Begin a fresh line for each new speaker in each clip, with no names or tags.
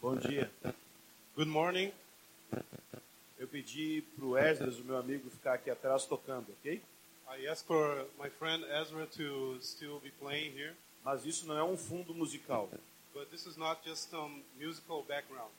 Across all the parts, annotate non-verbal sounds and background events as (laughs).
Bom dia. Good morning. Eu pedi para o Esdras, o meu amigo, ficar aqui atrás tocando, ok?
I asked for my friend Ezra to still be playing here,
Mas isso não é um fundo musical,
but this is not just some musical background.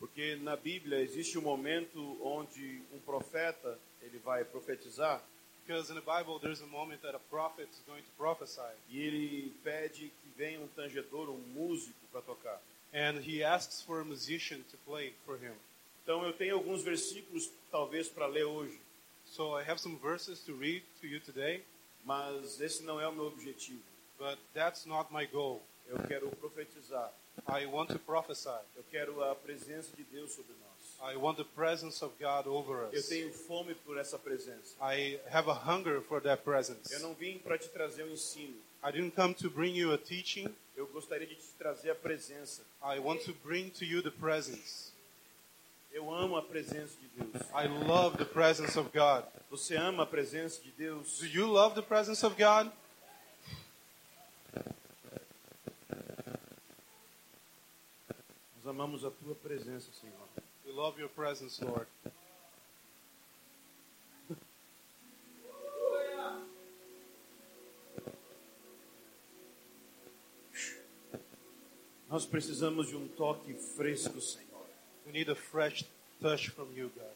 porque na Bíblia existe um momento onde um profeta ele vai profetizar
Because in the Bible, there's a moment that a prophet is going to prophesy,
e ele pede que venha um tangedor, um músico para tocar.
and he asks for a musician to play for him.
Então eu tenho alguns versículos talvez para ler hoje,
So I have some verses to read to you today,
mas esse não é o meu objetivo.
but that's not my goal.
Eu quero profetizar.
I want to prophesy.
Eu quero a presença de Deus sobre nós.
I want the presence of God over
Eu
us.
tenho fome por essa presença.
I have a hunger for that presence.
Eu não vim para te trazer um ensino.
I didn't come to bring you a teaching.
Eu gostaria de te trazer a presença.
I want to bring to you the presence.
Eu amo a presença de Deus.
I love the presence of God.
Você ama a presença de Deus?
Do you love the presence of God?
Nós amamos a tua presença, Senhor.
We love your presence, Lord.
Nós precisamos de um toque fresco, Senhor.
We need a fresh touch from you, God.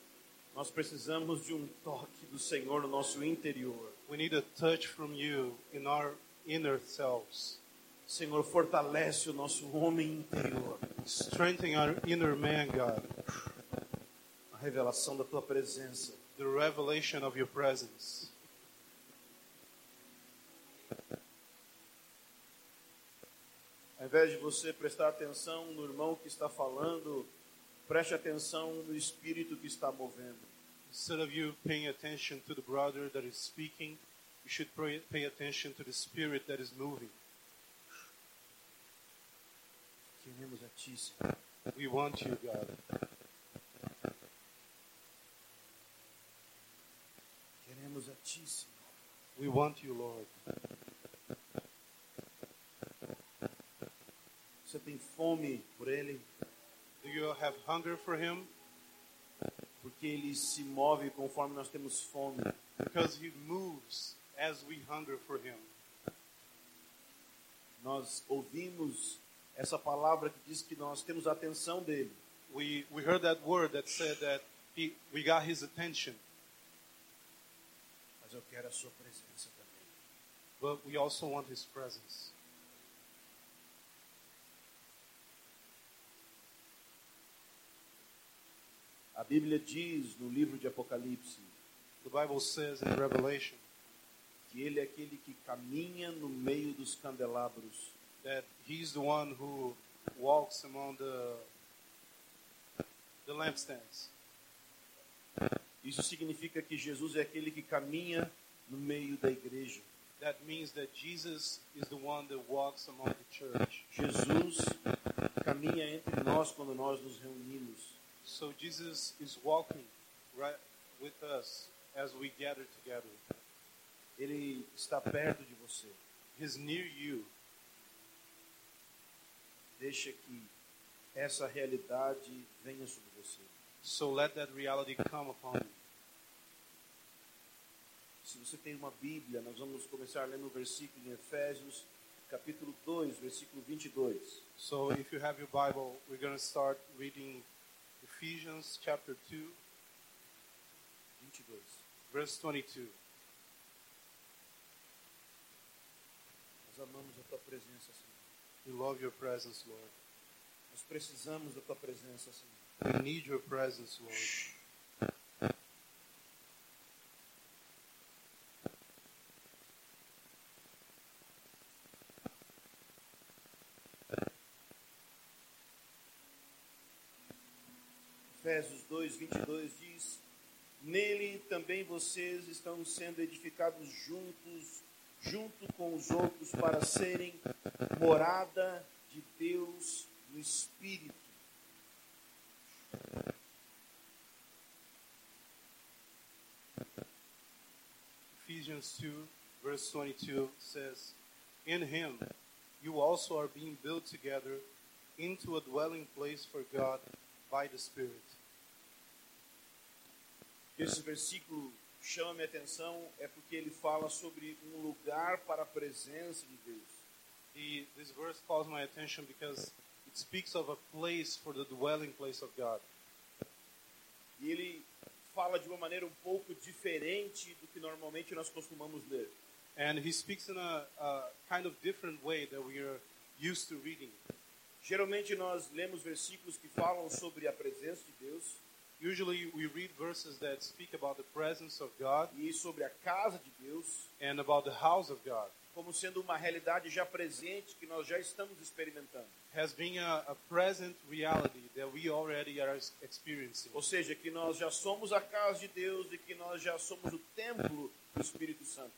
Nós precisamos de um toque do Senhor no nosso interior.
We need a touch from you in our inner selves.
Senhor, fortalece o nosso homem interior.
Strengthen our inner man, God.
A revelação da tua presença.
The revelation of your presence.
Ao invés de você prestar atenção no irmão que está falando, preste atenção no espírito que está movendo.
Instead of you paying attention to the brother that is speaking, you should pray- pay attention to the spirit that is moving.
Queremos a ti, Senhor.
We want you, God.
Queremos a ti, Senhor.
We want you, Lord.
Você tem fome por ele,
Do you have hunger for him?
porque ele se move conforme nós temos fome.
Because he moves as we hunger for him.
Nós ouvimos essa palavra que diz que nós temos a atenção dele.
We, we heard that word that said that he, we got his attention,
Mas eu quero a sua presença também.
but we also want his presence.
A Bíblia diz no livro de Apocalipse
The Bible says in Revelation
que ele é aquele que caminha no meio dos candelabros.
that he's the one who walks among the, the lampstands.
Isso significa que Jesus é aquele que caminha no meio da igreja.
That means that Jesus is the one that walks among the church.
Jesus caminha entre nós quando nós nos reunimos.
So Jesus is walking right with us as we gather together.
Ele está perto de você.
He's near you.
Deixa que essa realidade venha sobre você.
So let that reality come upon you.
Se você tem uma Bíblia, nós vamos começar lendo o versículo em Efésios, capítulo 2, versículo 22.
So if you have your Bible, we're going to start reading Ephesians chapter 2,
22.
verse 22.
Nós amamos a tua presença, Senhor.
We love your presence, Lord.
Nós precisamos da tua presença, Senhor.
We need your presence, Lord.
Efésios 2, 22 diz: Nele também vocês estão sendo edificados juntos, junto com os outros, para serem morada de Deus no Espírito.
Ephesians 2, verse 22 says, In him you also are being built together into a dwelling place for God by the Spirit.
Esse versículo chama minha atenção é porque ele fala sobre um lugar para a presença de Deus.
The, this verse calls my attention because it speaks of a place for the dwelling place of God.
E ele fala de uma maneira um pouco diferente do que normalmente nós costumamos ler.
And he speaks in a, a kind of different way that we are used to reading.
Geralmente nós lemos versículos que falam sobre a presença de Deus
Usually we read verses that speak about the presence of God
e sobre a casa de Deus
and about the house of God
como sendo uma realidade já presente que nós já estamos experimentando.
as being a, a present reality that we already are ex- experiencing.
Ou seja, que nós já somos a casa de Deus e que nós já somos o templo do Espírito Santo.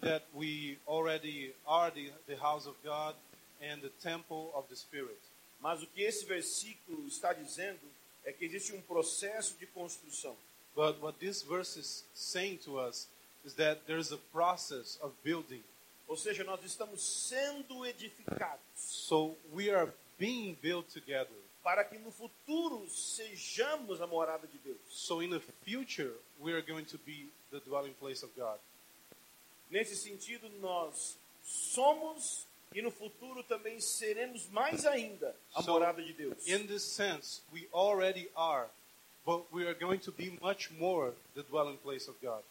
That we already are the, the house of God and the temple of the Spirit.
Mas o que esse versículo está dizendo é que existe um processo de construção.
But what this verse is saying to us is that there's a process of building.
Ou seja, nós estamos sendo edificados
So we are being built together.
para que no futuro sejamos a morada de Deus.
So in the future, we are going to be the dwelling place of God.
Nesse sentido, nós somos e no futuro também seremos mais ainda a
So,
morada de Deus.
In this sense, we already are, but we are going to be much more the dwelling place of God.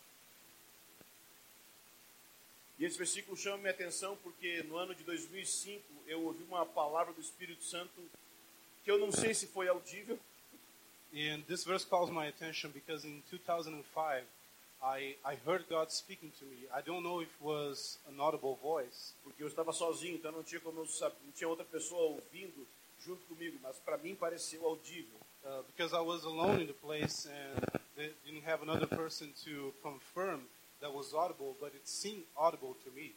E esse versículo chama minha atenção porque no ano de 2005 eu ouvi uma palavra do Espírito Santo que eu não sei se foi audível,
And this verse calls my attention because in 2005, I, I heard God speaking to me. I don't know if it was an audible voice,
porque eu estava sozinho, então não tinha como eu saber, não tinha outra pessoa ouvindo junto comigo, mas para mim pareceu audível.
uh, because I was alone in the place and they didn't have another person to confirm that was audible, but it seemed audible to me.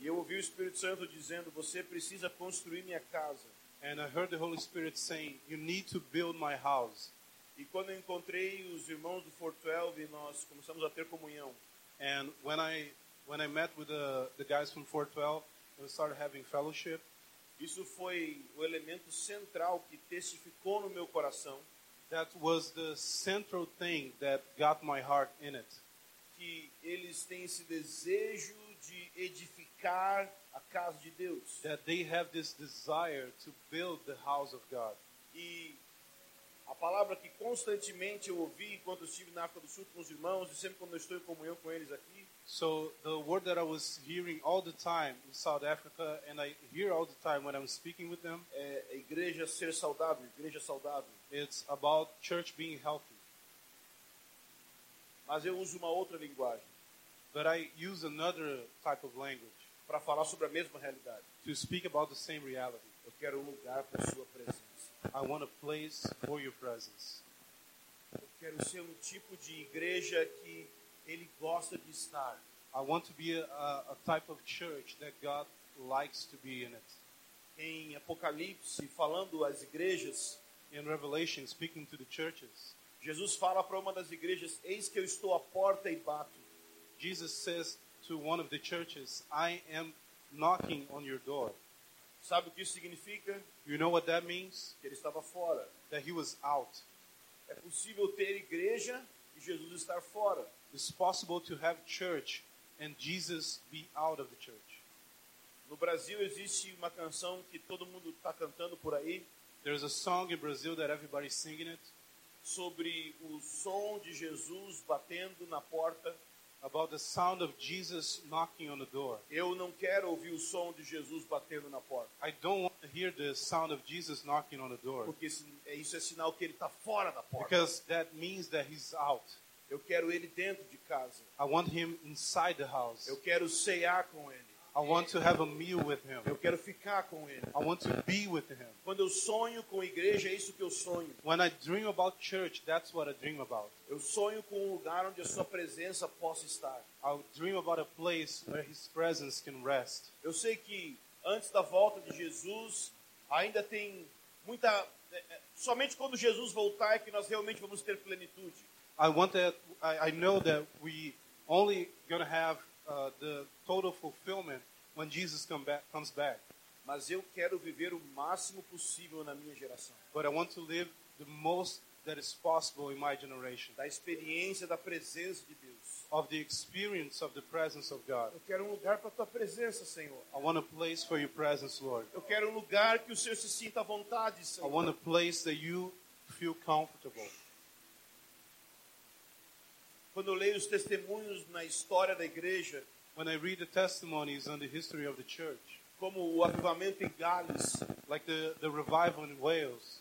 E eu ouvi o Espírito Santo dizendo: "Você precisa construir minha casa".
And I heard the Holy Spirit saying, You need to build my house.
E quando eu encontrei os irmãos do Fort 12, nós começamos a ter comunhão.
And when I when I met with the, the guys from 412 and we started having fellowship,
Isso foi o elemento central que testificou no meu coração
that was the central thing that got my heart in it.
que eles têm esse desejo de edificar a casa de Deus.
That they have this desire to build the house of God.
E a palavra que constantemente eu ouvi enquanto eu estive na África do Sul com os irmãos e sempre quando eu estou em comunhão com eles aqui
So the word that I was hearing all the time in South Africa and I hear all the time when I'm speaking with them,
é a igreja ser saudável, igreja saudável.
it's about church being healthy.
Mas eu uso uma outra linguagem
But I use another type of language
para falar sobre a mesma realidade.
to speak about the same reality.
Eu quero um lugar para a sua presença.
I want a place for your presence.
Eu quero ser um tipo de igreja que ele gosta de estar.
I want to be a, a a type of church that God likes to be in it.
Em Apocalipse, falando às igrejas,
In Revelation, speaking to the churches,
Jesus fala para uma das igrejas: Eis que eu estou à porta e bato.
Jesus says to one of the churches, I am knocking on your door.
Sabe o que isso significa?
You know what that means?
Que ele estava fora.
That he was out.
É possível ter igreja e Jesus estar fora.
It's possible to have church and Jesus be out of the church.
No Brasil existe uma canção que todo mundo está cantando por aí
There's a song in Brazil that everybody's singing it
sobre o som de Jesus batendo na porta.
about the sound of Jesus knocking on the door.
Eu não quero ouvir o som de Jesus batendo na porta,
I don't want to hear the sound of Jesus knocking on the door
porque isso é- isso é sinal que ele está fora da porta.
because that means that he's out.
Eu quero ele dentro de casa.
I want him inside the house.
Eu quero cear com ele.
I want to have a meal with him.
Eu quero ficar com ele.
I want to be with him.
Quando eu sonho com igreja, é isso que eu sonho.
When I dream about church, that's what I dream about.
Eu sonho com um lugar onde a sua presença possa estar.
I dream about a place where his presence can rest.
Eu sei que antes da volta de Jesus, ainda tem muita. é, é, Somente quando Jesus voltar é que nós realmente vamos ter plenitude.
I want that. I, I know that we only gonna have uh, the total fulfillment when Jesus come back, comes back.
mas eu quero viver o máximo possível na minha geração.
but I want to live the most that is possible in my generation
Da experiência, da presença de Deus.
of the experience of the presence of God.
Eu quero um lugar para a tua presença, Senhor.
I want a place for your presence, Lord.
Eu quero um lugar que o Senhor se sinta à vontade,
I
Senhor.
want a place that you feel comfortable.
Quando eu leio os testemunhos na história da igreja,
When I read the testimonies on the history of the church,
como o avivamento em Gales,
like the, the revival in Wales,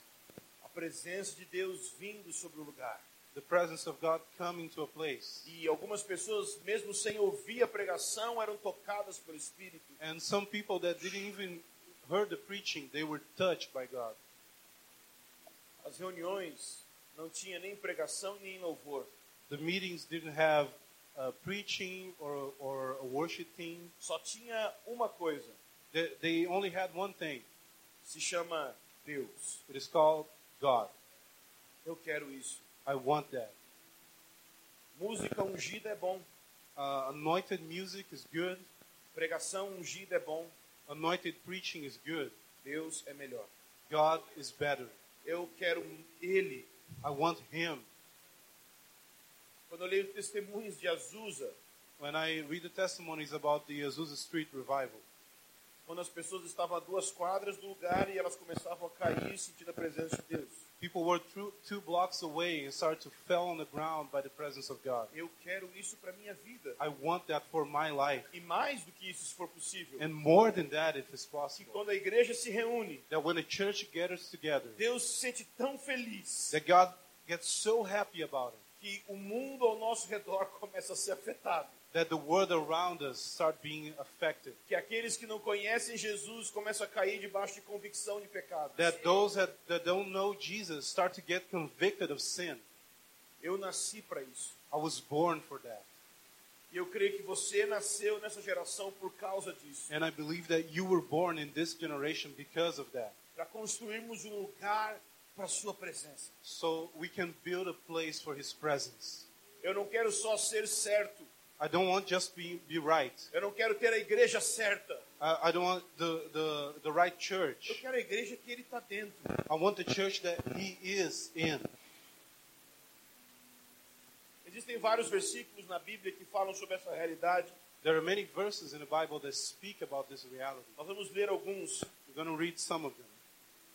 a presença de Deus vindo sobre o lugar.
the presence of God coming to a place.
E algumas pessoas, mesmo sem ouvir a pregação, eram tocadas pelo Espírito.
And some people that didn't even heard the preaching, they were touched by God.
As reuniões não tinha nem pregação nem louvor,
The meetings didn't have uh, preaching or, or a worship team.
só tinha uma coisa,
They, they only had one thing.
se chama Deus.
It is called God.
Eu quero isso.
I want that.
Música ungida é bom,
Uh, anointed music is good.
pregação ungida é bom,
Anointed preaching is good.
Deus é melhor.
God is better.
Eu quero Ele.
I want Him.
Quando eu leio testemunhos de Azusa,
When I read the testimonies about the Azusa Street revival,
quando as pessoas estavam a duas quadras do lugar e elas começavam a cair sentindo a presença de Deus.
people were through, two blocks away and started to fell on the ground by the presence of God.
Eu quero isso para minha vida.
I want that for my life.
E mais do que isso, se for possível,
And more than that, if it's
que
possible,
quando a igreja se reúne,
that when a church gathers together,
Deus se sente tão feliz
that God gets so happy about it
que o mundo ao nosso redor (laughs) começa a ser afetado.
that the world around us start being affected.
Que aqueles que não conhecem Jesus começam a cair debaixo de convicção de pecados.
That those that, that don't know Jesus start to get convicted of sin.
Eu nasci para isso.
I was born for that.
E eu creio que você nasceu nessa geração por causa disso.
And I believe that you were born in this generation because of that.
Para construirmos um lugar para a sua presença.
So we can build a place for his presence.
Eu não quero só ser certo.
I don't want just be, be right.
Eu não quero ter a igreja certa.
I, I don't want the, the, the right
Eu
church.
quero a igreja que ele está dentro.
I want the church that he is in.
Existem vários versículos na Bíblia que falam sobre essa realidade.
There are many verses in the Bible that speak about this reality.
Nós vamos ler alguns.
We're going to read some of them.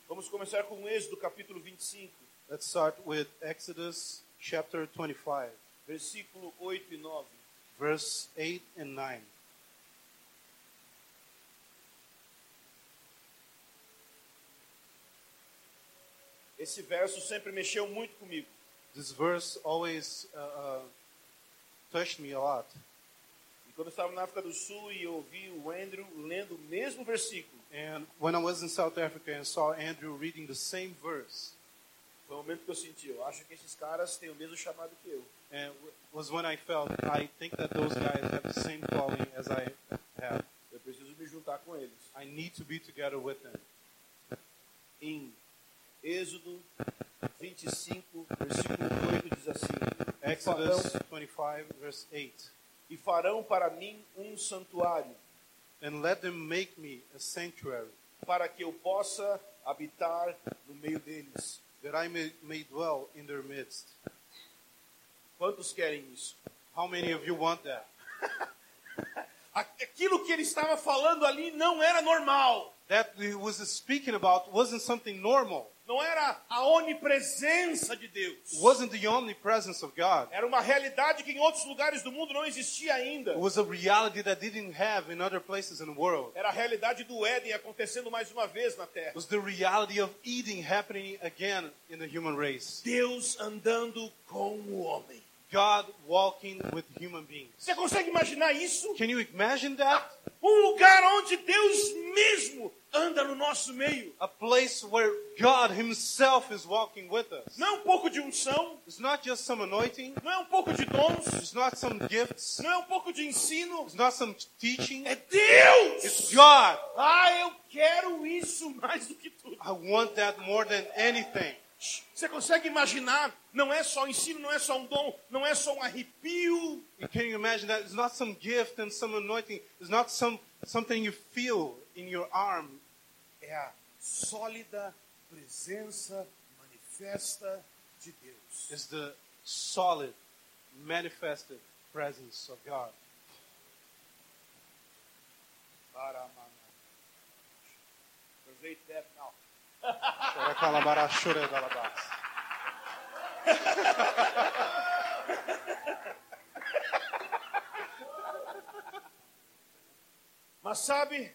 Vamos começar com Êxodo, capítulo 25,
Let's start with Exodus chapter 25,
versículo 8 e 9.
verse 8 and 9.
Esse verso sempre mexeu muito comigo.
This verse always uh, uh, touched me a lot.
E quando eu estava na África do Sul e eu ouvi o Andrew lendo o mesmo versículo,
And when I was in South Africa and saw Andrew reading the same verse,
foi o momento que eu senti, eu acho que esses caras têm o mesmo chamado que eu.
and w- was when I felt I think that those guys have the same calling as I have.
Eu preciso me juntar com eles.
I need to be together with them.
Em Êxodo 25, versículo 8 diz assim: "E
Exodus
farão-
25, verse 8.
E farão para mim um santuário,
And let them make me a sanctuary,
para que eu possa habitar no meio deles.
that I may, may dwell in their midst.
Quantos querem isso?
How many of you want that?
Aquilo que ele estava falando ali não era normal.
That he was speaking about wasn't something normal,
Não era a onipresença de Deus.
wasn't the omnipresence of God.
Era uma realidade que em outros lugares do mundo não existia ainda.
It was a reality that they didn't have in other places in the world.
Era a realidade do Éden acontecendo mais uma vez na
It
Terra.
was the reality of eating happening again in the human race.
Deus andando com o homem.
God walking with human beings.
Você consegue imaginar isso?
Can you imagine that?
Um lugar onde Deus mesmo anda no nosso meio.
A place where God Himself is walking with us.
Não é um pouco de unção,
It's not just some anointing,
não é um pouco de dons,
it's not some gifts,
não é um pouco de ensino.
it's not some teaching.
É Deus!
It's God.
Ah, eu quero isso mais do que tudo.
I want that more than anything.
Você consegue imaginar? Não é só ensino, não é só um dom, não é só um arrepio.
And Can you imagine that? It's not some gift and some anointing. It's not some something you feel in your arm
é a sólida presença manifesta de Deus.
is the solid, manifested presence of God.
Paramana. Translate that now. Mas sabe,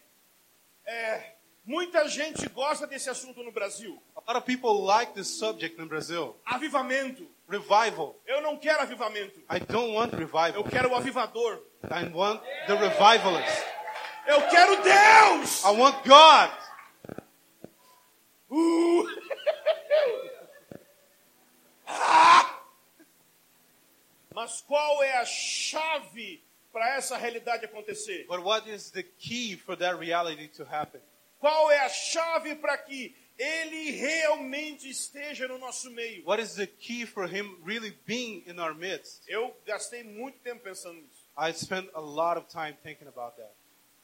é, muita gente gosta desse assunto no Brasil.
A lot of people like this subject in Brazil.
Avivamento.
Revival.
Eu não quero avivamento.
I don't want
Eu
revival.
quero o avivador.
I want the revivalist.
Eu quero Deus.
I want God.
Uh! (laughs) Mas qual é a chave para essa realidade acontecer?
But what is the key for that reality to happen?
Qual é a chave para que ele realmente esteja no nosso meio?
What is the key for Him really being in our midst?
Eu gastei muito tempo pensando nisso.
I spent a lot of time thinking about that.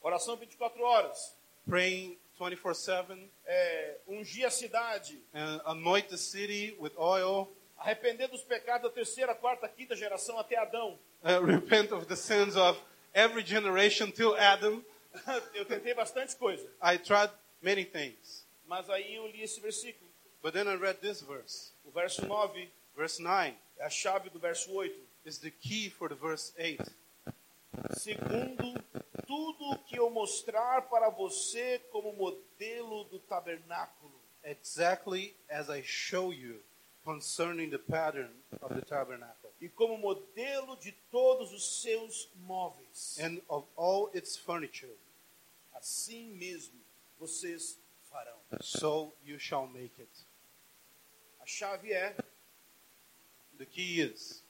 Oração 24 horas.
Praying 24 7,
É, ungir a cidade.
and anoint the city with oil,
Arrepender dos pecados da terceira, quarta, quinta geração até Adão. (laughs)
uh, (laughs) repent of the sins of every generation till Adam.
Eu tentei bastante coisa.
I tried many things.
Mas aí eu li esse versículo.
But then I read this verse.
O verso 9
Verse 9
é a chave do verso 8.
is the key for the verse 8.
segundo tudo o que eu mostrar para você como modelo do tabernáculo.
Exactly as I show you concerning the pattern of the tabernacle
E como modelo de todos os seus móveis.
and of all its furniture,
Assim mesmo vocês farão.
so you shall make it.
A chave é
The key is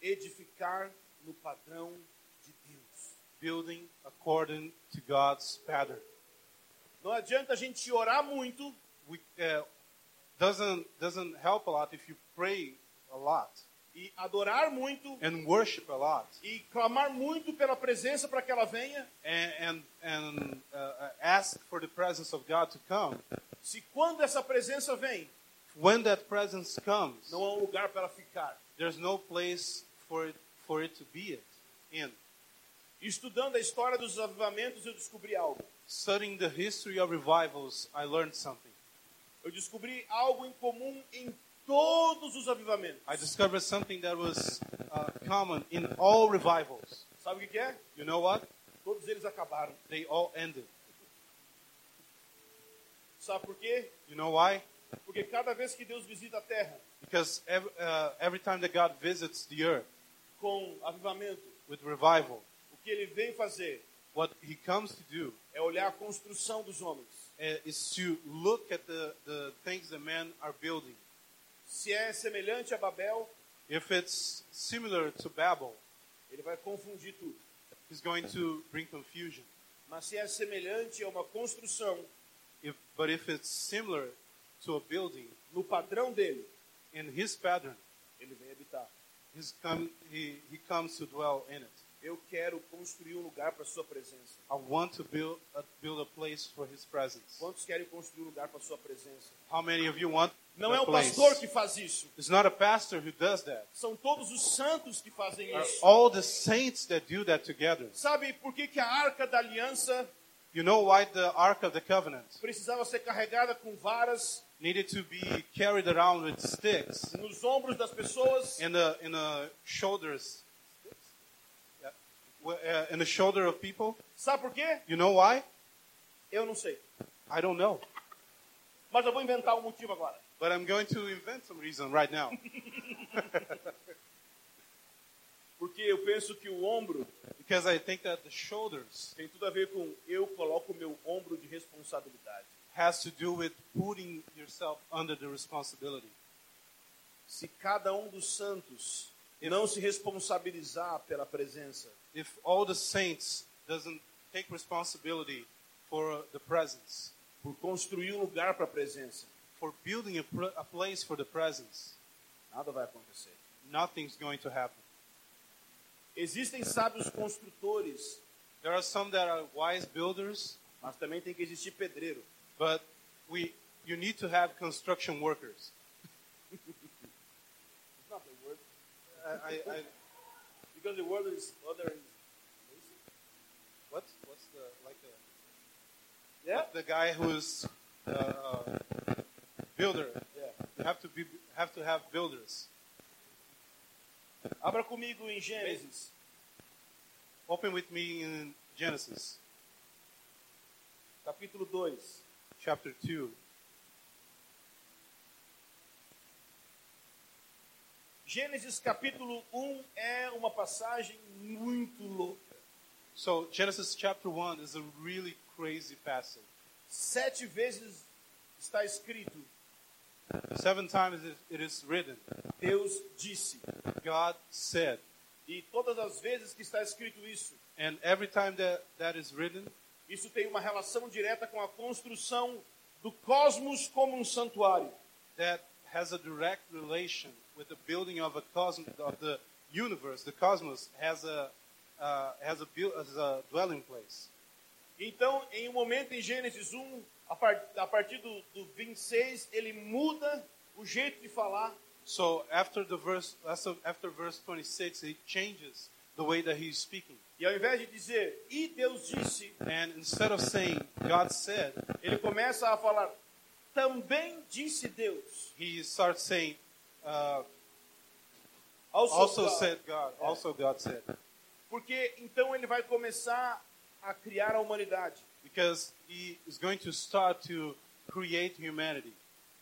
edificar no padrão de Deus.
building according to God's pattern.
Não adianta a gente orar muito
We, uh, doesn't doesn't help a lot if you pray a lot
e adorar muito
and worship a lot
e clamar muito pela presença para que ela venha,
and and, and uh, uh, ask for the presence of God to come.
se quando essa presença vem,
When that presence comes,
não há um lugar para ela ficar.
there's no place for it, for it to be it in.
Estudando a história dos avivamentos, eu descobri algo.
Studying the history of revivals, I learned something.
Eu descobri algo em comum em todos os avivamentos.
I discovered something that was uh, common in all revivals.
Sabe o que que é?
You know what?
Todos eles acabaram.
They all ended.
Sabe por quê?
You know why?
Porque cada vez que Deus visita a terra
Because every, uh, every time that God visits the earth
com avivamento,
with revival,
o que ele vem fazer
what He comes to do
é olhar a construção dos homens.
uh, is to look at the, the things that men are building.
Se é semelhante a Babel,
If it's similar to Babel,
ele vai confundir tudo.
He's going to bring confusion.
Mas se é semelhante a uma construção
If, but if it's similar to a building
no padrão dele,
in his pattern,
ele vem habitar.
he's come, he, he comes to dwell in it.
Eu quero construir um lugar para sua presença.
I want to build a, build a place for his presence.
Quantos querem construir um lugar para sua presença?
How many of you want
Não
a
é o
place?
pastor que faz isso.
It's not a pastor who does that.
São todos os santos que fazem
Are
isso.
all the saints that do that together.
Sabe por que, que a arca da aliança
You know why the Ark of the Covenant
precisava ser carregada com varas
needed to be carried around with sticks
nos ombros das pessoas?
in the in the shoulders, yeah, well, uh, in the shoulder of people?
Sabe por quê?
You know why?
Eu não sei.
I don't know.
Mas eu vou inventar um motivo agora.
But I'm going to invent some reason right now.
Porque eu penso que o ombro
because I think that the shoulders
tem tudo a ver com eu coloco o meu ombro de responsabilidade.
has to do with putting yourself under the responsibility.
Se cada um dos santos não se responsabilizar pela presença,
If all the saints doesn't take responsibility for the presence,
por construir um lugar para a presença,
for building a, pr- a place for the presence,
nada vai acontecer.
nothing's going to happen.
Existem sábios construtores,
There are some that are wise builders,
mas também tem que existir pedreiro.
But we, you need to have construction workers.
It's not the word
I, I, I,
because the word is other.
what's what's the like the
Yeah,
the guy who's uh, builder?
yeah.
You have to be have to have builders.
Abra comigo em Gênesis.
Open with me in Genesis
capítulo 2.
chapter two.
Gênesis capítulo 1 é uma passagem muito louca.
So Genesis chapter one is a really crazy passage.
Sete vezes está escrito:
Seven times it, it is written,
Deus disse.
God said,
E todas as vezes que está escrito isso,
and every time that that is written,
isso tem uma relação direta com a construção do cosmos como um santuário.
that has a direct relation with the building of a cosm of the universe. The cosmos has a uh, has a build, as a dwelling place.
Então, em um momento em Gênesis 1, a, par- a partir do, do 26, ele muda o jeito de falar
So after the verse after after verse 26, he changes the way that he's speaking,
E ao invés de dizer, e Deus disse,
and instead of saying God said,
ele começa a falar, também disse Deus.
he starts saying. Uh,
Ao seu
also
lugar.
said God. Also God said,
Porque então ele vai começar a criar a humanidade.
because He is going to start to create humanity,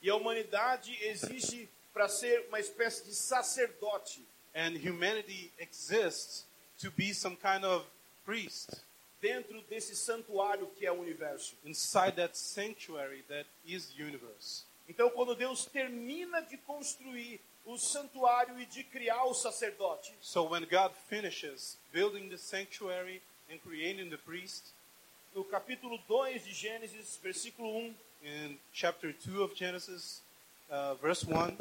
E a humanidade existe para ser uma espécie de sacerdote.
and humanity exists to be some kind of priest.
Dentro desse santuário que é o universo.
inside that sanctuary that is the universe.
Então, quando Deus termina de construir o santuário e de criar o sacerdote,
So when God finishes building the sanctuary and creating the priest
no capítulo 2 de Gênesis, versículo 1,
in chapter 2 of Genesis, uh, verse 1,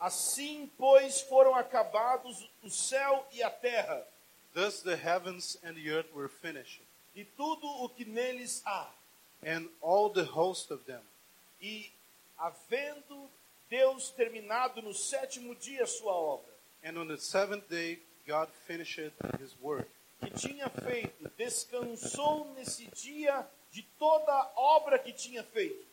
Assim, pois, foram acabados o céu e a terra,
thus the heavens and the earth were finished,
e tudo o que neles há.
and all the host of them.
E, havendo Deus terminado no sétimo dia a sua obra,
And on the seventh day, God finished his work,
que tinha feito, descansou nesse dia de toda a obra que tinha feito.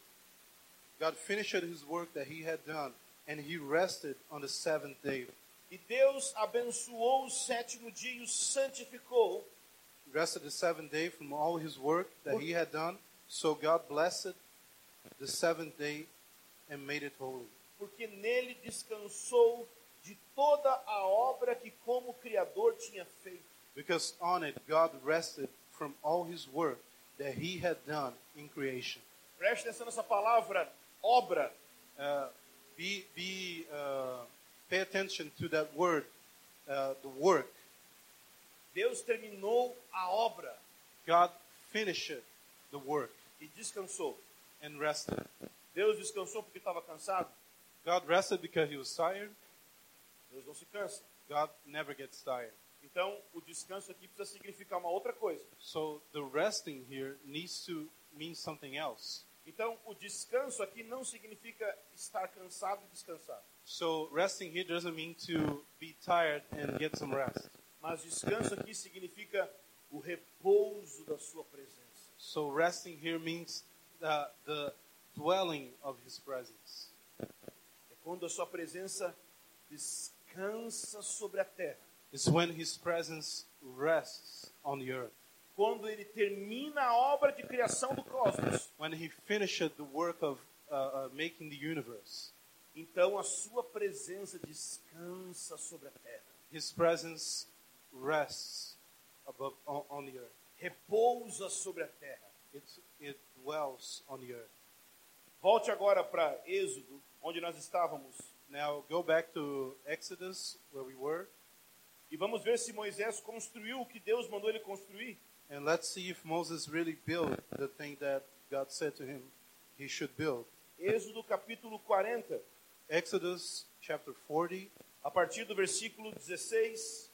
God finished his work that he had done, and he rested on the seventh day.
E Deus abençoou o sétimo dia e o santificou,
He rested the seventh day from all his work that he had done. So God blessed the seventh day and made it holy,
porque nele descansou de toda a obra que, como Criador, tinha feito.
because on it God rested from all his work that he had done in creation.
Preste atenção nessa palavra, obra.
Uh, be be uh, pay attention to that word, uh, the work.
Deus terminou a obra
God finished the work
e descansou.
and rested.
Deus descansou porque estava cansado?
God rested because he was tired.
Deus não se cansa.
God never gets tired.
Então, o descanso aqui precisa significar uma outra coisa.
So the resting here needs to mean something else.
Então, o descanso aqui não significa estar cansado e descansar.
So resting here doesn't mean to be tired and get some rest.
Mas descanso aqui significa o repouso da sua presença.
So resting here means the, the dwelling of His presence.
É quando a sua presença descansa sobre a terra.
It's when His presence rests on the earth.
Quando ele termina a obra de criação do cosmos.
When He finishes the work of uh, uh, making the universe,
Então a sua presença descansa sobre a terra,
His presence rests above on, on the earth.
repousa sobre a terra.
It, it dwells on the earth.
Volte agora para Êxodo, onde nós estávamos,
Now go back to Exodus where we were,
e vamos ver se Moisés construiu o que Deus mandou ele construir.
and let's see if Moses really built the thing that God said to him he should build.
Êxodo capítulo 40,
Exodus chapter 40,
a partir do versículo 16.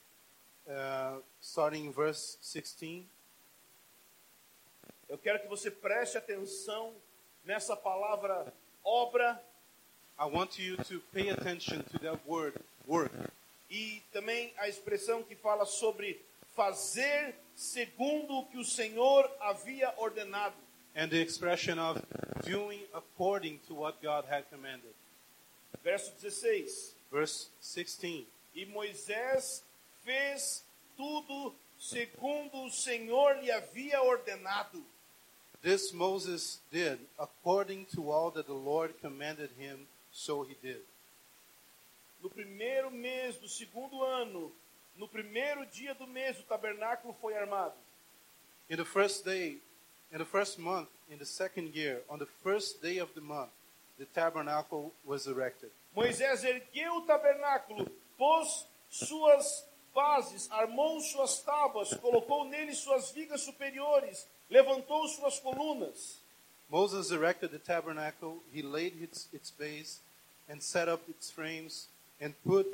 uh, starting in verse 16.
Eu quero que você preste atenção nessa palavra obra
I want you to pay attention to that word, work,
e também a expressão que fala sobre fazer segundo o que o Senhor havia ordenado.
and the expression of doing according to what God had commanded.
Verso 16.
Verse 16.
E Moisés fez tudo segundo o Senhor lhe havia ordenado.
This Moses did according to all that the Lord commanded him, so he did.
No primeiro mês do segundo ano, no primeiro dia do mês, o tabernáculo foi armado.
In the first day, in the first month, in the second year, on the first day of the month, the tabernacle was erected.
Moisés ergueu o tabernáculo, pôs suas bases, armou suas tábuas, colocou nele suas vigas superiores, levantou suas colunas.
Moses erected the tabernacle, he laid its, its base, and set up its frames, and put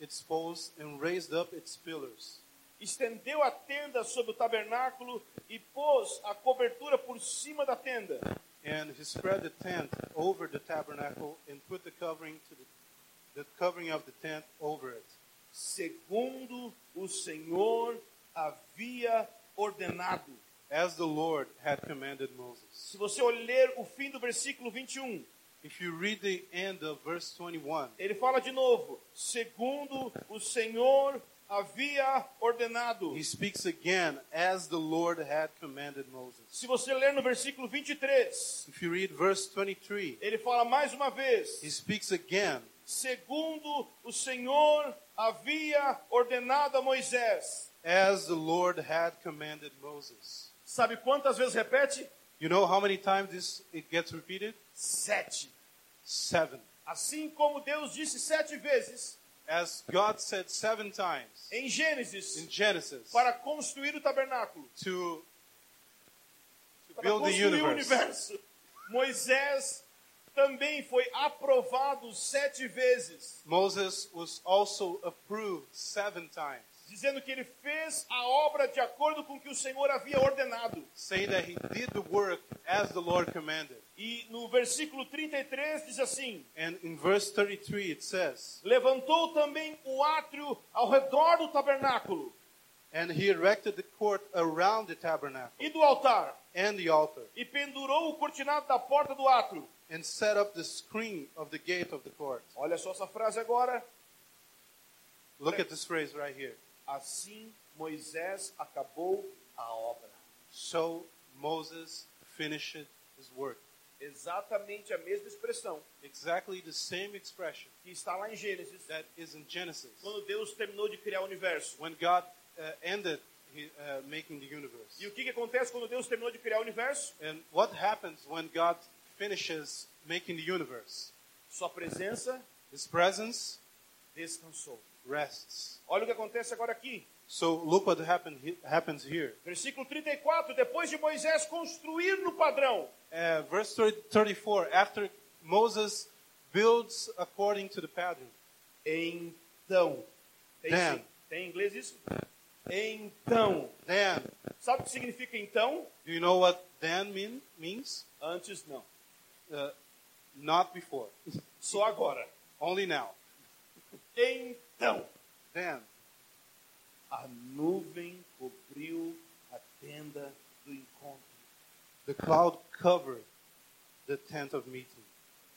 its posts, and raised up its pillars.
Estendeu a tenda sobre o tabernáculo e pôs a cobertura por cima da tenda.
And he spread the tent over the tabernacle, and put the covering, to the, the covering of the tent over it.
Segundo o Senhor havia ordenado.
as the Lord had commanded Moses.
Se você olhar o fim do versículo 21,
If you read the end of verse 21,
ele fala de novo: segundo o Senhor havia ordenado.
he speaks again as the Lord had commanded Moses.
Se você ler no versículo 23,
If you read verse 23,
ele fala mais uma
he
vez:
speaks again
segundo o Senhor havia ordenado a Moisés.
as the Lord had commanded Moses.
Sabe quantas vezes repete?
You know how many times this it gets repeated?
Sete.
7.
Assim como Deus disse sete vezes
As God said 7 times
em
in
Gênesis
Genesis
para construir o tabernáculo,
to to
para
build the
construir o
universe.
universo. Moisés também foi aprovado sete vezes,
Moses was also approved 7 times.
dizendo que ele fez a obra de acordo com o que o Senhor havia ordenado.
say that he did the work as the Lord commanded.
E no versículo 33 diz assim:
And in verse 33 it says,
Levantou também o átrio ao redor do tabernáculo
And he erected the court around the tabernacle
e do altar,
and the altar,
e pendurou o cortinado da porta do átrio.
and set up the screen of the gate of the court.
Olha só essa frase agora.
Look at this phrase right here.
Assim Moisés acabou a obra.
So Moses finished his work.
Exatamente a mesma expressão
Exactly the same expression
que está lá em Gênesis, né?
that is in Genesis
quando Deus terminou de criar o universo.
when God uh, ended he, uh, making the universe.
E o que, que acontece quando Deus terminou de criar o universo?
And what happens when God finishes making the universe?
Sua presença
His presence
descansou.
rests.
Olha o que acontece agora aqui.
So look what happened, he- happens here.
Versículo 34, depois de Moisés construir no padrão,
Uh, verse 30 34, after Moses builds according to the pattern,
Então. Tem,
Then.
sim. Tem em inglês isso? Então.
then,
Sabe o que significa então?
do you know what then mean, means?
Antes não.
Uh, not before,
Só agora.
only now.
Então.
Then,
A nuvem cobriu a tenda do encontro.
the cloud covered the tent of meeting,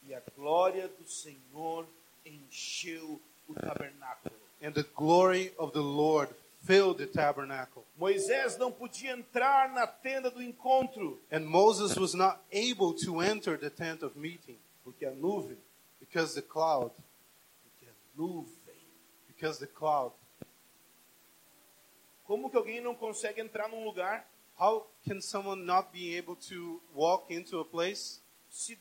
E a glória do Senhor encheu o tabernáculo.
and the glory of the Lord filled the tabernacle.
Moisés não podia entrar na tenda do encontro,
And Moses was not able to enter the tent of meeting
porque a nuvem,
because the cloud,
porque a nuvem.
because the cloud
Como que alguém não consegue entrar num lugar
How can someone not be able to walk into a place?
se,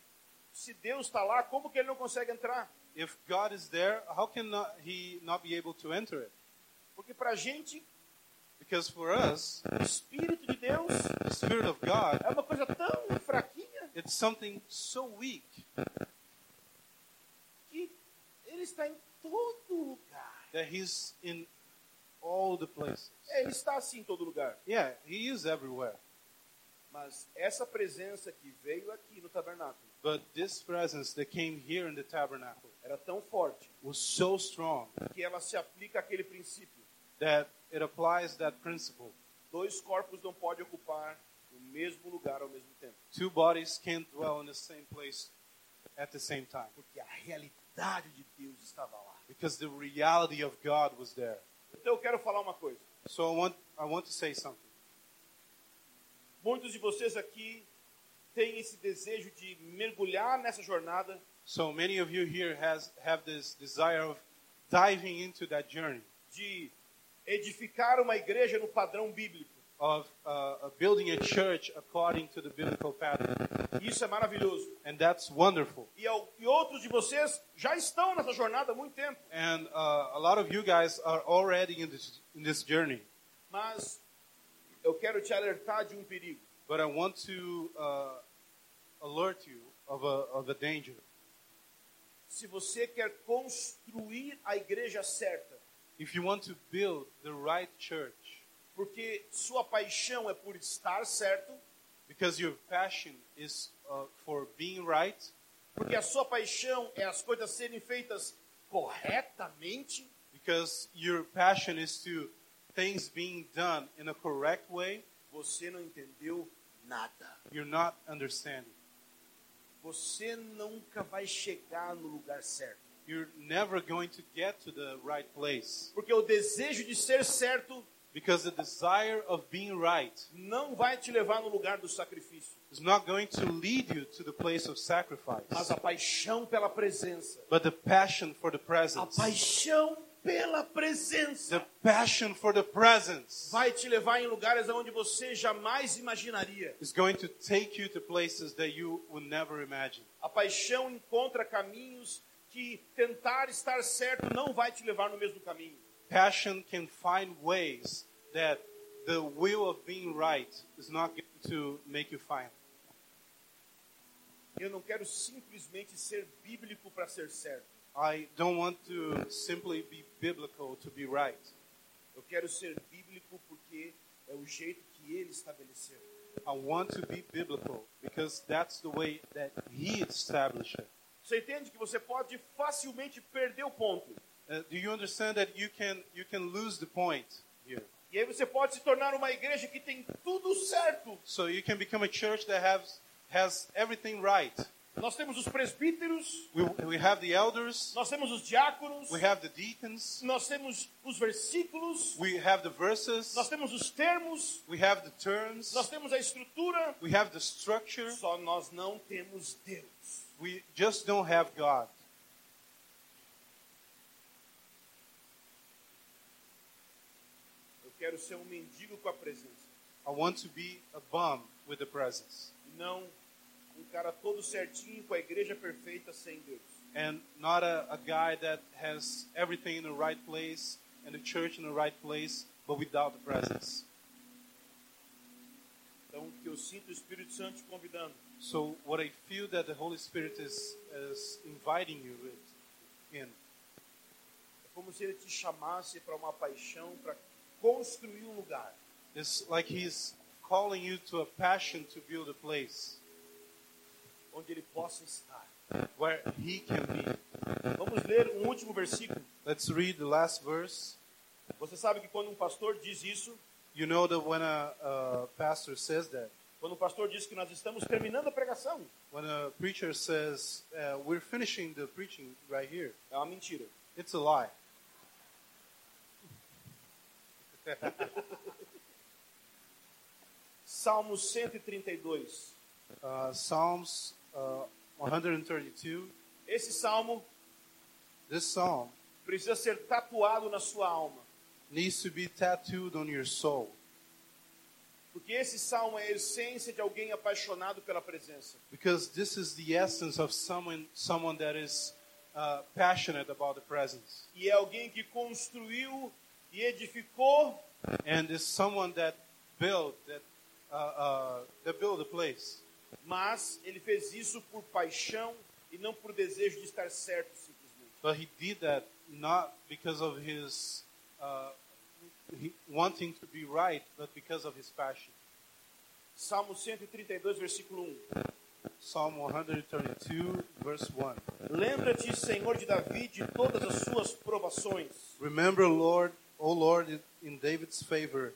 se Deus está lá, como que ele não consegue entrar?
If God is there, how can not, he not be able to enter it?
Porque para a gente,
Because for us,
o Espírito de Deus
the Spirit of God,
é uma coisa tão fraquinha
it's something so weak
que ele está em todo lugar.
that he's in all the places.
É, ele está assim em todo lugar.
Yeah, he is everywhere.
Mas essa presença que veio aqui no tabernáculo
But this presence that came here in the tabernacle
era tão forte
was so strong
que ela se aplica àquele princípio.
that it applies that principle.
Dois corpos não podem ocupar o mesmo lugar ao mesmo tempo,
Two bodies can't dwell in the same place at the same time
porque a realidade de Deus estava lá.
because the reality of God was there.
Então eu quero falar uma coisa.
So I want, I want to say something.
Muitos de vocês aqui têm esse desejo de mergulhar nessa jornada,
So many of you here has, have this desire of diving into that journey,
de edificar uma igreja no padrão bíblico.
of uh, of building a church according to the biblical pattern.
Isso é maravilhoso.
And that's wonderful.
E, ao- e outros de vocês já estão nessa jornada há muito tempo,
And uh, a lot of you guys are already in this, in this journey.
mas eu quero te alertar de um perigo.
But I want to uh, alert you of a, of a danger.
Se você quer construir a igreja certa,
If you want to build the right church,
porque sua paixão é por estar certo,
because your passion is uh, for being right,
porque a sua paixão é as coisas serem feitas corretamente,
because your passion is to things being done in a correct way,
você não entendeu nada.
you're not understanding.
Você nunca vai chegar no lugar certo.
You're never going to get to the right place
Porque o desejo de ser certo
because the desire of being right
não vai te levar no lugar do sacrifício.
is not going to lead you to the place of
Mas
sacrifice,
a paixão pela presença.
but the passion for the
A
presence.
paixão pela
The
presença
passion for the presence
vai te levar em lugares onde você jamais imaginaria.
is going to take you to places that you would never imagine.
A paixão encontra caminhos que tentar estar certo não vai te levar no mesmo caminho.
Passion can find ways that the will of being right is not going to make you find.
Eu não quero simplesmente ser bíblico para ser certo.
I don't want to simply be biblical to be right.
Eu quero ser bíblico porque é o jeito que ele estabeleceu.
I want to be biblical because that's the way that He established it.
Você entende que você pode facilmente perder o ponto.
Uh, do you understand that you can you can lose the point here?
E aí você pode se tornar uma igreja que tem tudo certo.
So you can become a church that has has everything right.
Nós temos os presbíteros,
We, we have the elders,
nós temos os diáconos,
we have the deacons,
nós temos os versículos,
we have the verses,
nós temos os termos,
we have the terms,
nós temos a estrutura.
we have the structure.
Só nós não temos Deus.
We just don't have God.
Eu quero ser um mendigo com a presença,
I want to be a bum with the presence
e não um cara todo certinho com a igreja perfeita sem Deus.
and not a, a guy that has everything in the right place and the church in the right place but without the presence.
Então, o que eu sinto o Espírito Santo te convidando
So what I feel that the Holy Spirit is, is inviting you with- in
é como se ele te chamasse para uma paixão, para construir um lugar.
It's like he's calling you to a passion to build a place
onde ele possa estar.
where he can be.
Vamos ler um último versículo.
Let's read the last verse.
Você sabe que quando um pastor diz isso,
You know that when a, a pastor says that,
quando o pastor diz que nós estamos terminando a pregação,
when a preacher says, uh, We're finishing the preaching right here,
é uma mentira.
it's a lie.
Salmo 132.
Uh, Psalms uh, 132,
Esse salmo
this psalm
precisa ser tatuado na sua alma,
needs to be tattooed on your soul
porque esse salmo é a essência de alguém apaixonado pela presença.
because this is the essence of someone, someone that is uh, passionate about the presence.
E é alguém que construiu e edificou
and is someone that built that uh, uh, that built a place,
mas ele fez isso por paixão e não por desejo de estar certo simplesmente.
but he did that not because of his uh, he, wanting to be right, but because of his passion.
Salmo 132, versículo 1.
Psalm 132, verse 1.
Lembra-te, Senhor de Davi, de todas as suas provações,
Remember, Lord, O Lord, in David's favor,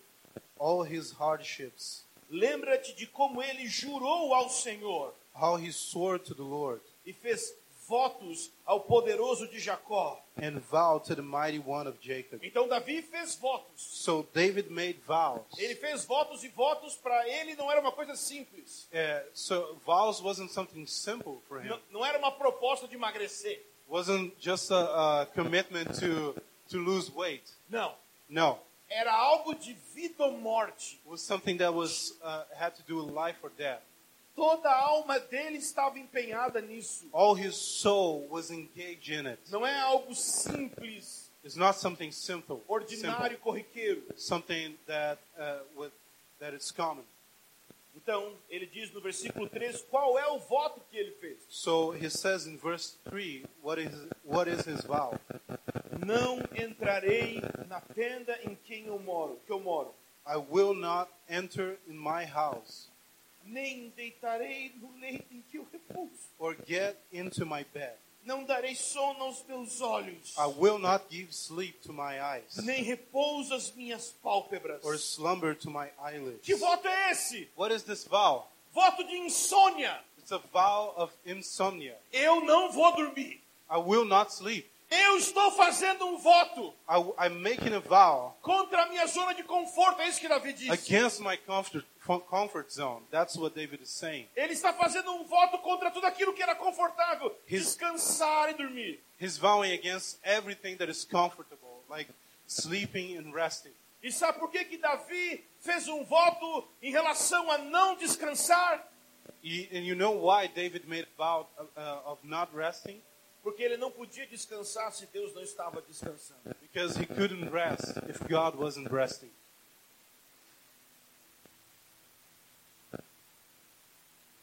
all his hardships,
lembra-te de como ele jurou ao Senhor
how he swore to the Lord
e fez votos ao poderoso de Jacó.
and vowed to the mighty one of Jacob.
Então Davi fez votos.
So David made vows.
Ele fez votos e votos para ele não era uma coisa simples.
Uh, so vows wasn't something simple for him.
Não, não era uma proposta de emagrecer.
wasn't just a, a commitment to to lose weight.
Não.
No,
Era algo de vida ou morte.
it was something that was uh, had to do with life or death.
Toda a alma dele estava empenhada nisso.
All his soul was engaged in it.
Não é algo simples,
It's not something simple, simple.
ordinário, corriqueiro.
something that uh, with that is common.
Então, ele diz no versículo 3 qual é o voto que ele fez.
So he says in verse three, what is what is his vow?
Não entrarei na tenda em quem eu moro, que eu moro,
I will not enter in my house
nem deitarei no leito em que eu repouso.
or get into my bed.
Não darei sono aos meus olhos,
I will not give sleep to my eyes
nem repouso as minhas pálpebras.
or slumber to my eyelids.
Que voto é esse?
What is this vow?
Voto de insônia.
It's a vow of insomnia.
Eu não vou dormir.
I will not sleep.
Eu estou fazendo um voto
I, am making a vow
contra a minha zona de conforto. É isso que Davi diz.
against my comfort, com- comfort zone. That's what David is saying.
Ele está fazendo um voto contra tudo aquilo que era confortável.
His-
Descansar e dormir.
He's vowing against everything that is comfortable, like sleeping and resting.
E sabe por que, que Davi fez um voto em relação a não descansar?
He- and you know why David made a vow uh, uh, of not resting?
Porque ele não podia descansar se Deus não estava descansando.
Because he couldn't rest if God wasn't resting.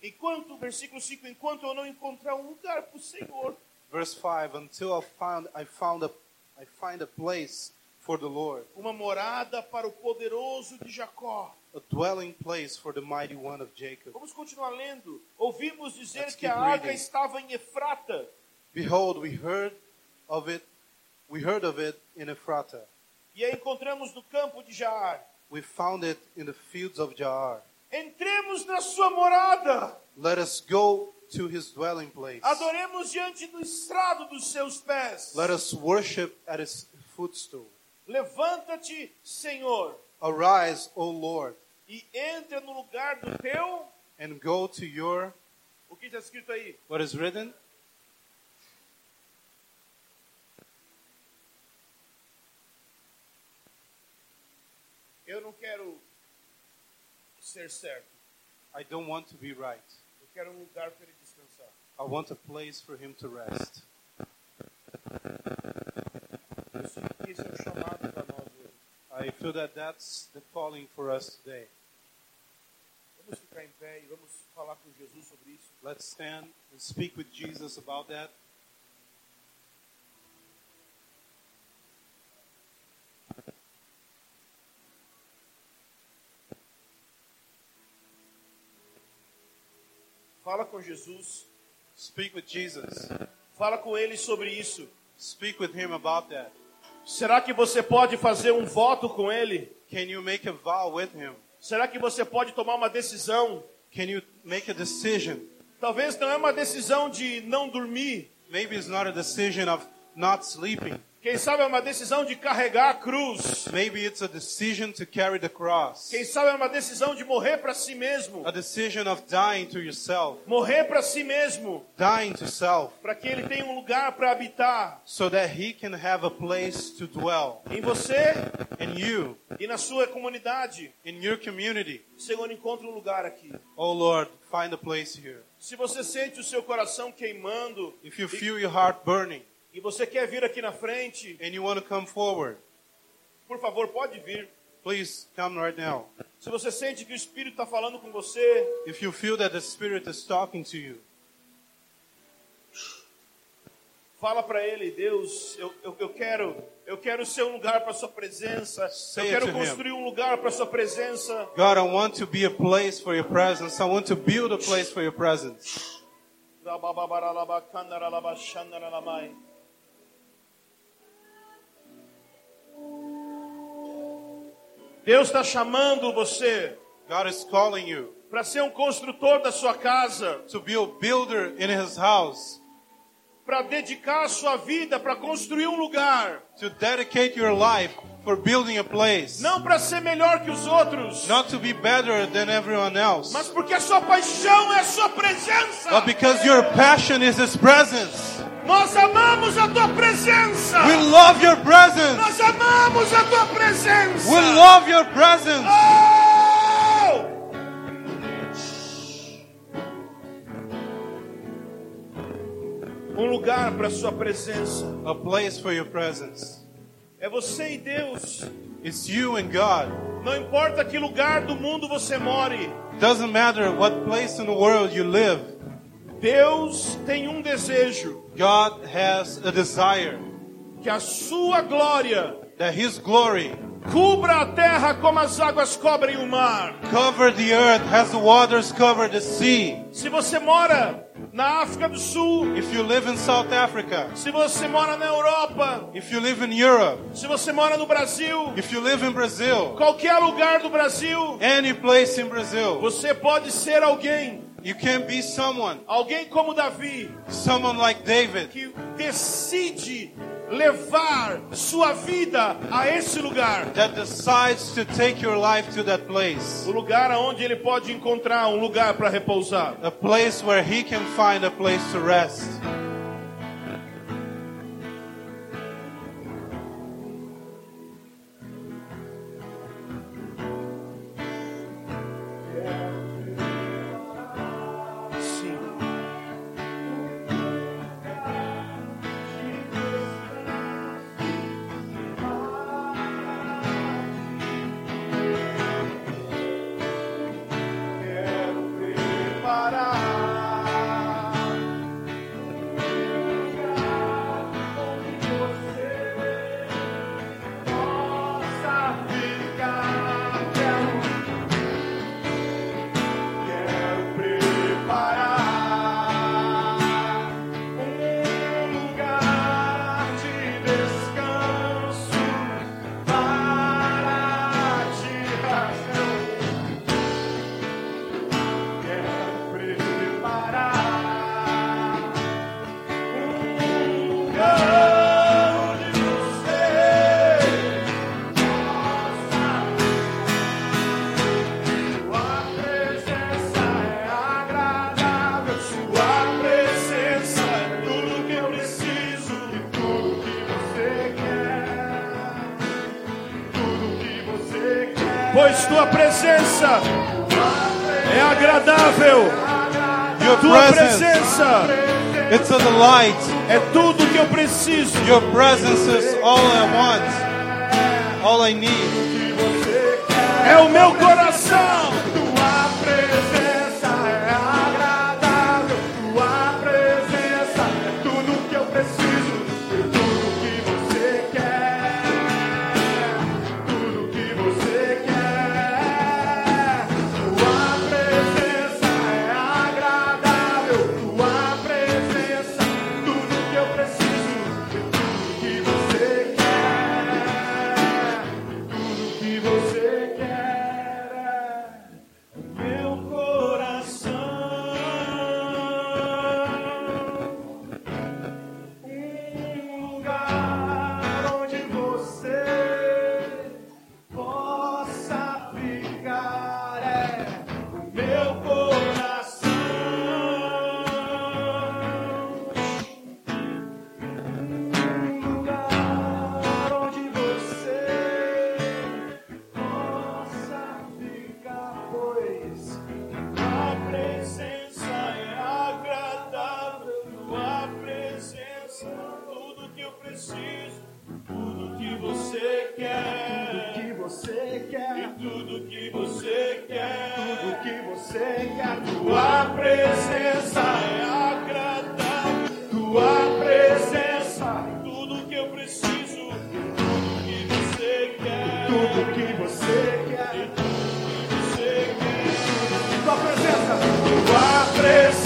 Enquanto, versículo 5, enquanto eu não encontrar um lugar para o Senhor,
Verse 5 Until I found, I found a, I find a place for the Lord,
uma morada para o poderoso de Jacó.
a dwelling place for the mighty one of Jacob.
Vamos continuar lendo. Ouvimos dizer
Let's
que a
keep
arca
reading.
estava em Efrata.
Behold, we heard of it. We heard of it in Ephrata.
E a encontramos no campo de Jaar.
We found it in the fields of Jaar.
Entremos na sua morada.
Let us go to his dwelling place.
Adoremos diante do estrado dos seus pés.
Let us worship at his footstool.
Levanta-te, Senhor,
Arise, O Lord,
e entra no lugar do teu.
and go to your
O que está escrito aí?
what is written.
Eu não quero ser certo.
I don't want to be right.
Eu quero um lugar para ele descansar.
I want a place for him to rest.
Eu sinto que esse é um chamado para nós hoje.
I feel that that's the calling for us today.
Vamos ficar em pé e vamos falar com Jesus sobre isso.
Let's stand and speak with Jesus about that.
Fala com Jesus.
Speak with Jesus.
Fala com ele sobre isso.
Speak with him about that.
Será que você pode fazer um voto com ele?
Can you make a vow with him?
Será que você pode tomar uma decisão?
Can you make a decision?
Talvez não é uma decisão de não dormir.
Maybe it's not a decision of not sleeping.
Quem sabe é uma decisão de carregar a cruz.
Maybe it's a decision to carry the cross.
Quem sabe é uma decisão de morrer para si mesmo.
A decision of dying to yourself,
Morrer para si mesmo,
dying to self,
para que ele tenha um lugar para habitar
so that he can have a place to dwell
em você
in you,
e na sua comunidade.
in your community.
O Senhor encontra um lugar aqui.
Oh Lord, find a place here.
Se você sente o seu coração queimando
If you feel your heart burning
e você quer vir aqui na frente,
and you want to come forward,
por favor, pode vir.
please come right now.
Se você sente que o Espírito está falando com você,
If you feel that the Spirit is talking to you,
Fala para ele, Deus, eu, eu, eu quero eu quero ser um lugar para a sua presença.
Say
Eu
it
quero
to him.
construir um lugar para a sua presença.
God, I want to be a place for your presence. I want to build a place for your presence.
Rabababaralabacandaralabachandaralabai. Deus está chamando você
God is calling you
para ser um construtor da sua casa,
to be a builder in his house,
para dedicar a sua vida para construir um lugar,
to dedicate your life for building a place.
não para ser melhor que os outros,
Not to be better than everyone else,
mas porque a sua paixão é a sua presença.
but because your passion is his presence.
Nós amamos a tua presença.
We love your presence.
Nós amamos a tua presença.
We love your presence.
Oh! Um lugar para sua presença.
A place for your presence.
É você e Deus.
It's you and God.
Não importa que lugar do mundo você more,
Doesn't matter what place in the world you live.
Deus tem um desejo
God has a desire
que a sua glória
that his glory
cubra a terra como as águas cobrem o mar.
cover the earth as the waters cover the sea.
Se você mora na África do Sul,
If you live in South Africa,
se você mora na Europa,
if you live in Europe,
se você mora no Brasil,
if you live in Brazil,
qualquer lugar do Brasil,
any place in Brazil,
Você pode ser alguém,
you can be someone,
alguém como Davi,
someone like David
que decide levar sua vida a esse lugar.
that decides to take your life to that place.
O lugar onde ele pode encontrar um lugar para repousar.
A place where he can find a place to rest.
Sim. Quero preparar um lugar onde você possa ficar. Quero Um Quero preparar um lugar de descanso para ti. Quero preparar um lugar onde você possa sua é presença é agradável, sua presença é tudo que eu preciso e tudo que você quer, tudo que você quer. Pois tua presença é agradável,
Your
tua
presence,
presença
it's a delight.
é tudo que eu preciso.
Your presence is all I want, all I need.
É o meu coração. Tua presença é agradável. Tua presença é tudo que eu preciso. E tudo que você quer. Tudo que você quer. Tua presença é agradável. Tua presença é tudo que eu preciso. E tudo que você quer. Tudo que você quer é Um é é é é é É é é Um é Um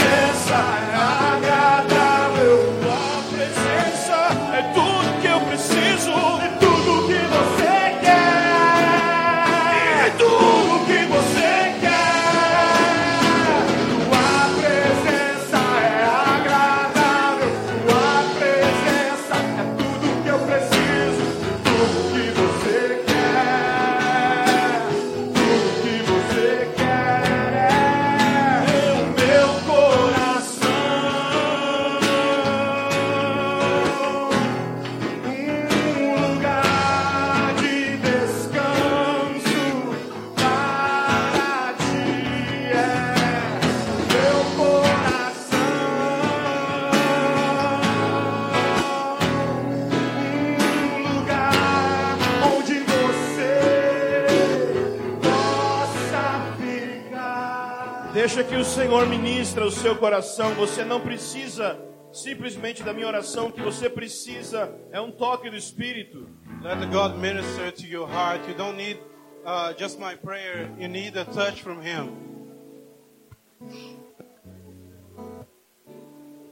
Deixa que o Senhor ministra o seu coração. Você não precisa simplesmente da minha oração. O que você precisa é um toque do Espírito.
Let the God minister to your heart. You don't need uh, just my prayer, you need a touch from Him.